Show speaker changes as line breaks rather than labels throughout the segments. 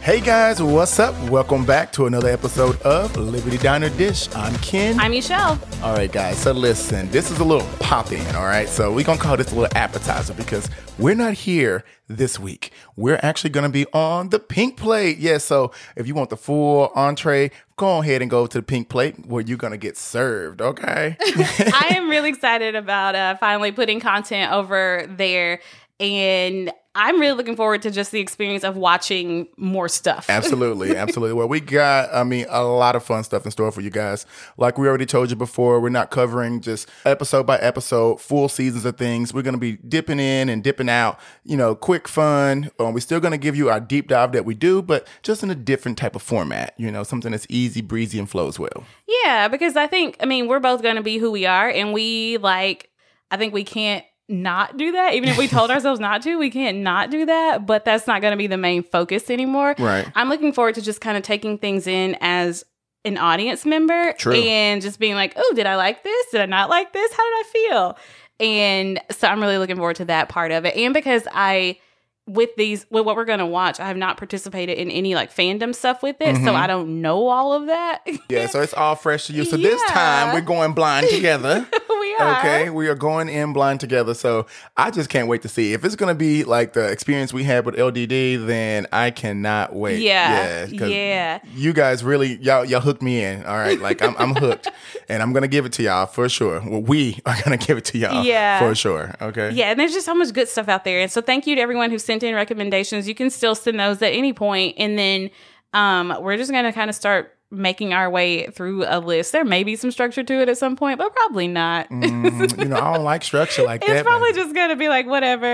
Hey guys, what's up? Welcome back to another episode of Liberty Diner Dish. I'm Ken.
I'm Michelle.
all right, guys. So listen, this is a little pop in. All right, so we're gonna call this a little appetizer because we're not here this week. We're actually gonna be on the Pink Plate. Yes. so if you want the full entree, go ahead and go to the Pink Plate where you're gonna get served. Okay.
I am really excited about uh, finally putting content over there. And I'm really looking forward to just the experience of watching more stuff.
Absolutely, absolutely. Well, we got, I mean, a lot of fun stuff in store for you guys. Like we already told you before, we're not covering just episode by episode, full seasons of things. We're going to be dipping in and dipping out, you know, quick fun. Um, we're still going to give you our deep dive that we do, but just in a different type of format, you know, something that's easy, breezy, and flows well.
Yeah, because I think, I mean, we're both going to be who we are. And we like, I think we can't not do that. Even if we told ourselves not to, we can't not do that. But that's not going to be the main focus anymore.
Right.
I'm looking forward to just kind of taking things in as an audience member
True.
and just being like, oh, did I like this? Did I not like this? How did I feel? And so I'm really looking forward to that part of it. And because I, with these, with what we're going to watch, I have not participated in any like fandom stuff with it.
Mm-hmm.
So I don't know all of that.
Yeah, so it's all fresh to you. So this time
Yeah.
we're going blind together.
we are.
Okay, we are going in blind together. So I just can't wait to see. If it's going to be like the experience we had with LDD, then I cannot wait.
Yeah,
'cause
yeah.
You guys really, y'all, y'all hooked me in. All right. Like I'm, I'm hooked and I'm going to give it to y'all for sure. Well, we are going to give it to y'all
Yeah.
for sure. Okay.
Yeah, and there's just so much good stuff out there. And so thank you to everyone who sent in recommendations. You can still send those at any point, and then um, we're just gonna kind of start making our way through a list. There may be some structure to it at some point, but probably not.
Mm, you know, I don't like structure like
It's
that. but-
probably just gonna be like whatever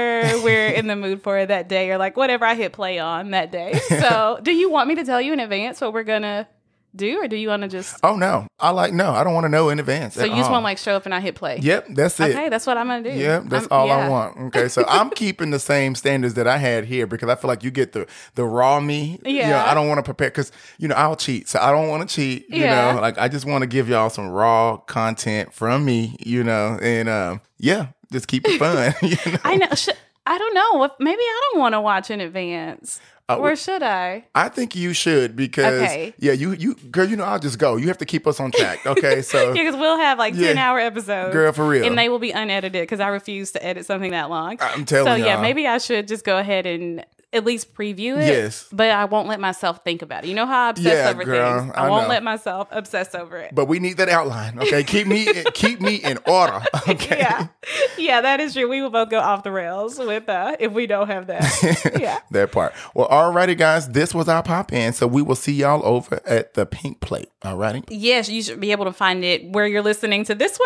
we're in the mood for that day, or like whatever I hit play on that day. So, do you want me to tell you in advance what we're gonna do, or do you want to just
oh, no. I like, no, I don't want to know in advance.
so you just want to like show up and I hit play?
Yep, that's it.
Okay, that's what I'm gonna do.
Yeah, that's
I'm-
all I
yeah.
want. Okay, so I'm keeping the same standards that I had here because I feel like you get the the raw me. You know,
Yeah.
I don't want to prepare because you know I'll cheat, so I don't want to cheat. You
Yeah.
know, like I just want to give y'all some raw content from me. You know, and um, yeah, just keep it fun. you know,
I know. Sh- I don't know. If- Maybe I don't want to watch in advance.
Uh,
or should I?
I think you should because
Okay.
yeah, you you girl, you know I'll just go. You have to keep us on track. Okay, so
Yeah, because we'll have like
Uh, Yeah.
10 hour episodes.
Girl, for real.
And they will be unedited because I refuse to edit something that long.
I'm telling
So, yeah,
y'all.
maybe I should just go ahead and at least preview it.
Yes.
But I won't let myself think about it. You know how I obsess
Yeah,
over
girl,
things?
I
I, won't
know.
let myself obsess over it.
but we need that outline. Okay, keep me keep me in order. Okay.
yeah. Yeah, that is true. We will both go off the rails with uh, if we don't have that. yeah.
that part. Well, alrighty, guys, this was our pop in. So we will see y'all over at the Pink Plate. Alrighty.
Yes, you should be able to find it where you're listening to this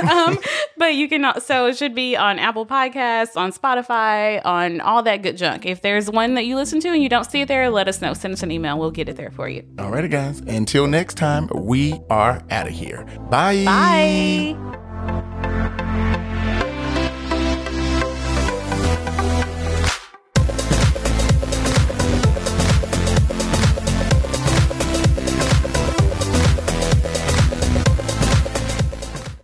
one. um, but you can also, it should be on Apple Podcasts, on Spotify, on all that good junk. If there's one that you listen to and you don't see it there, let us know. Send us an email. We'll get it there for you.
Alrighty, guys. Until next time, we are out of here. Bye.
Bye.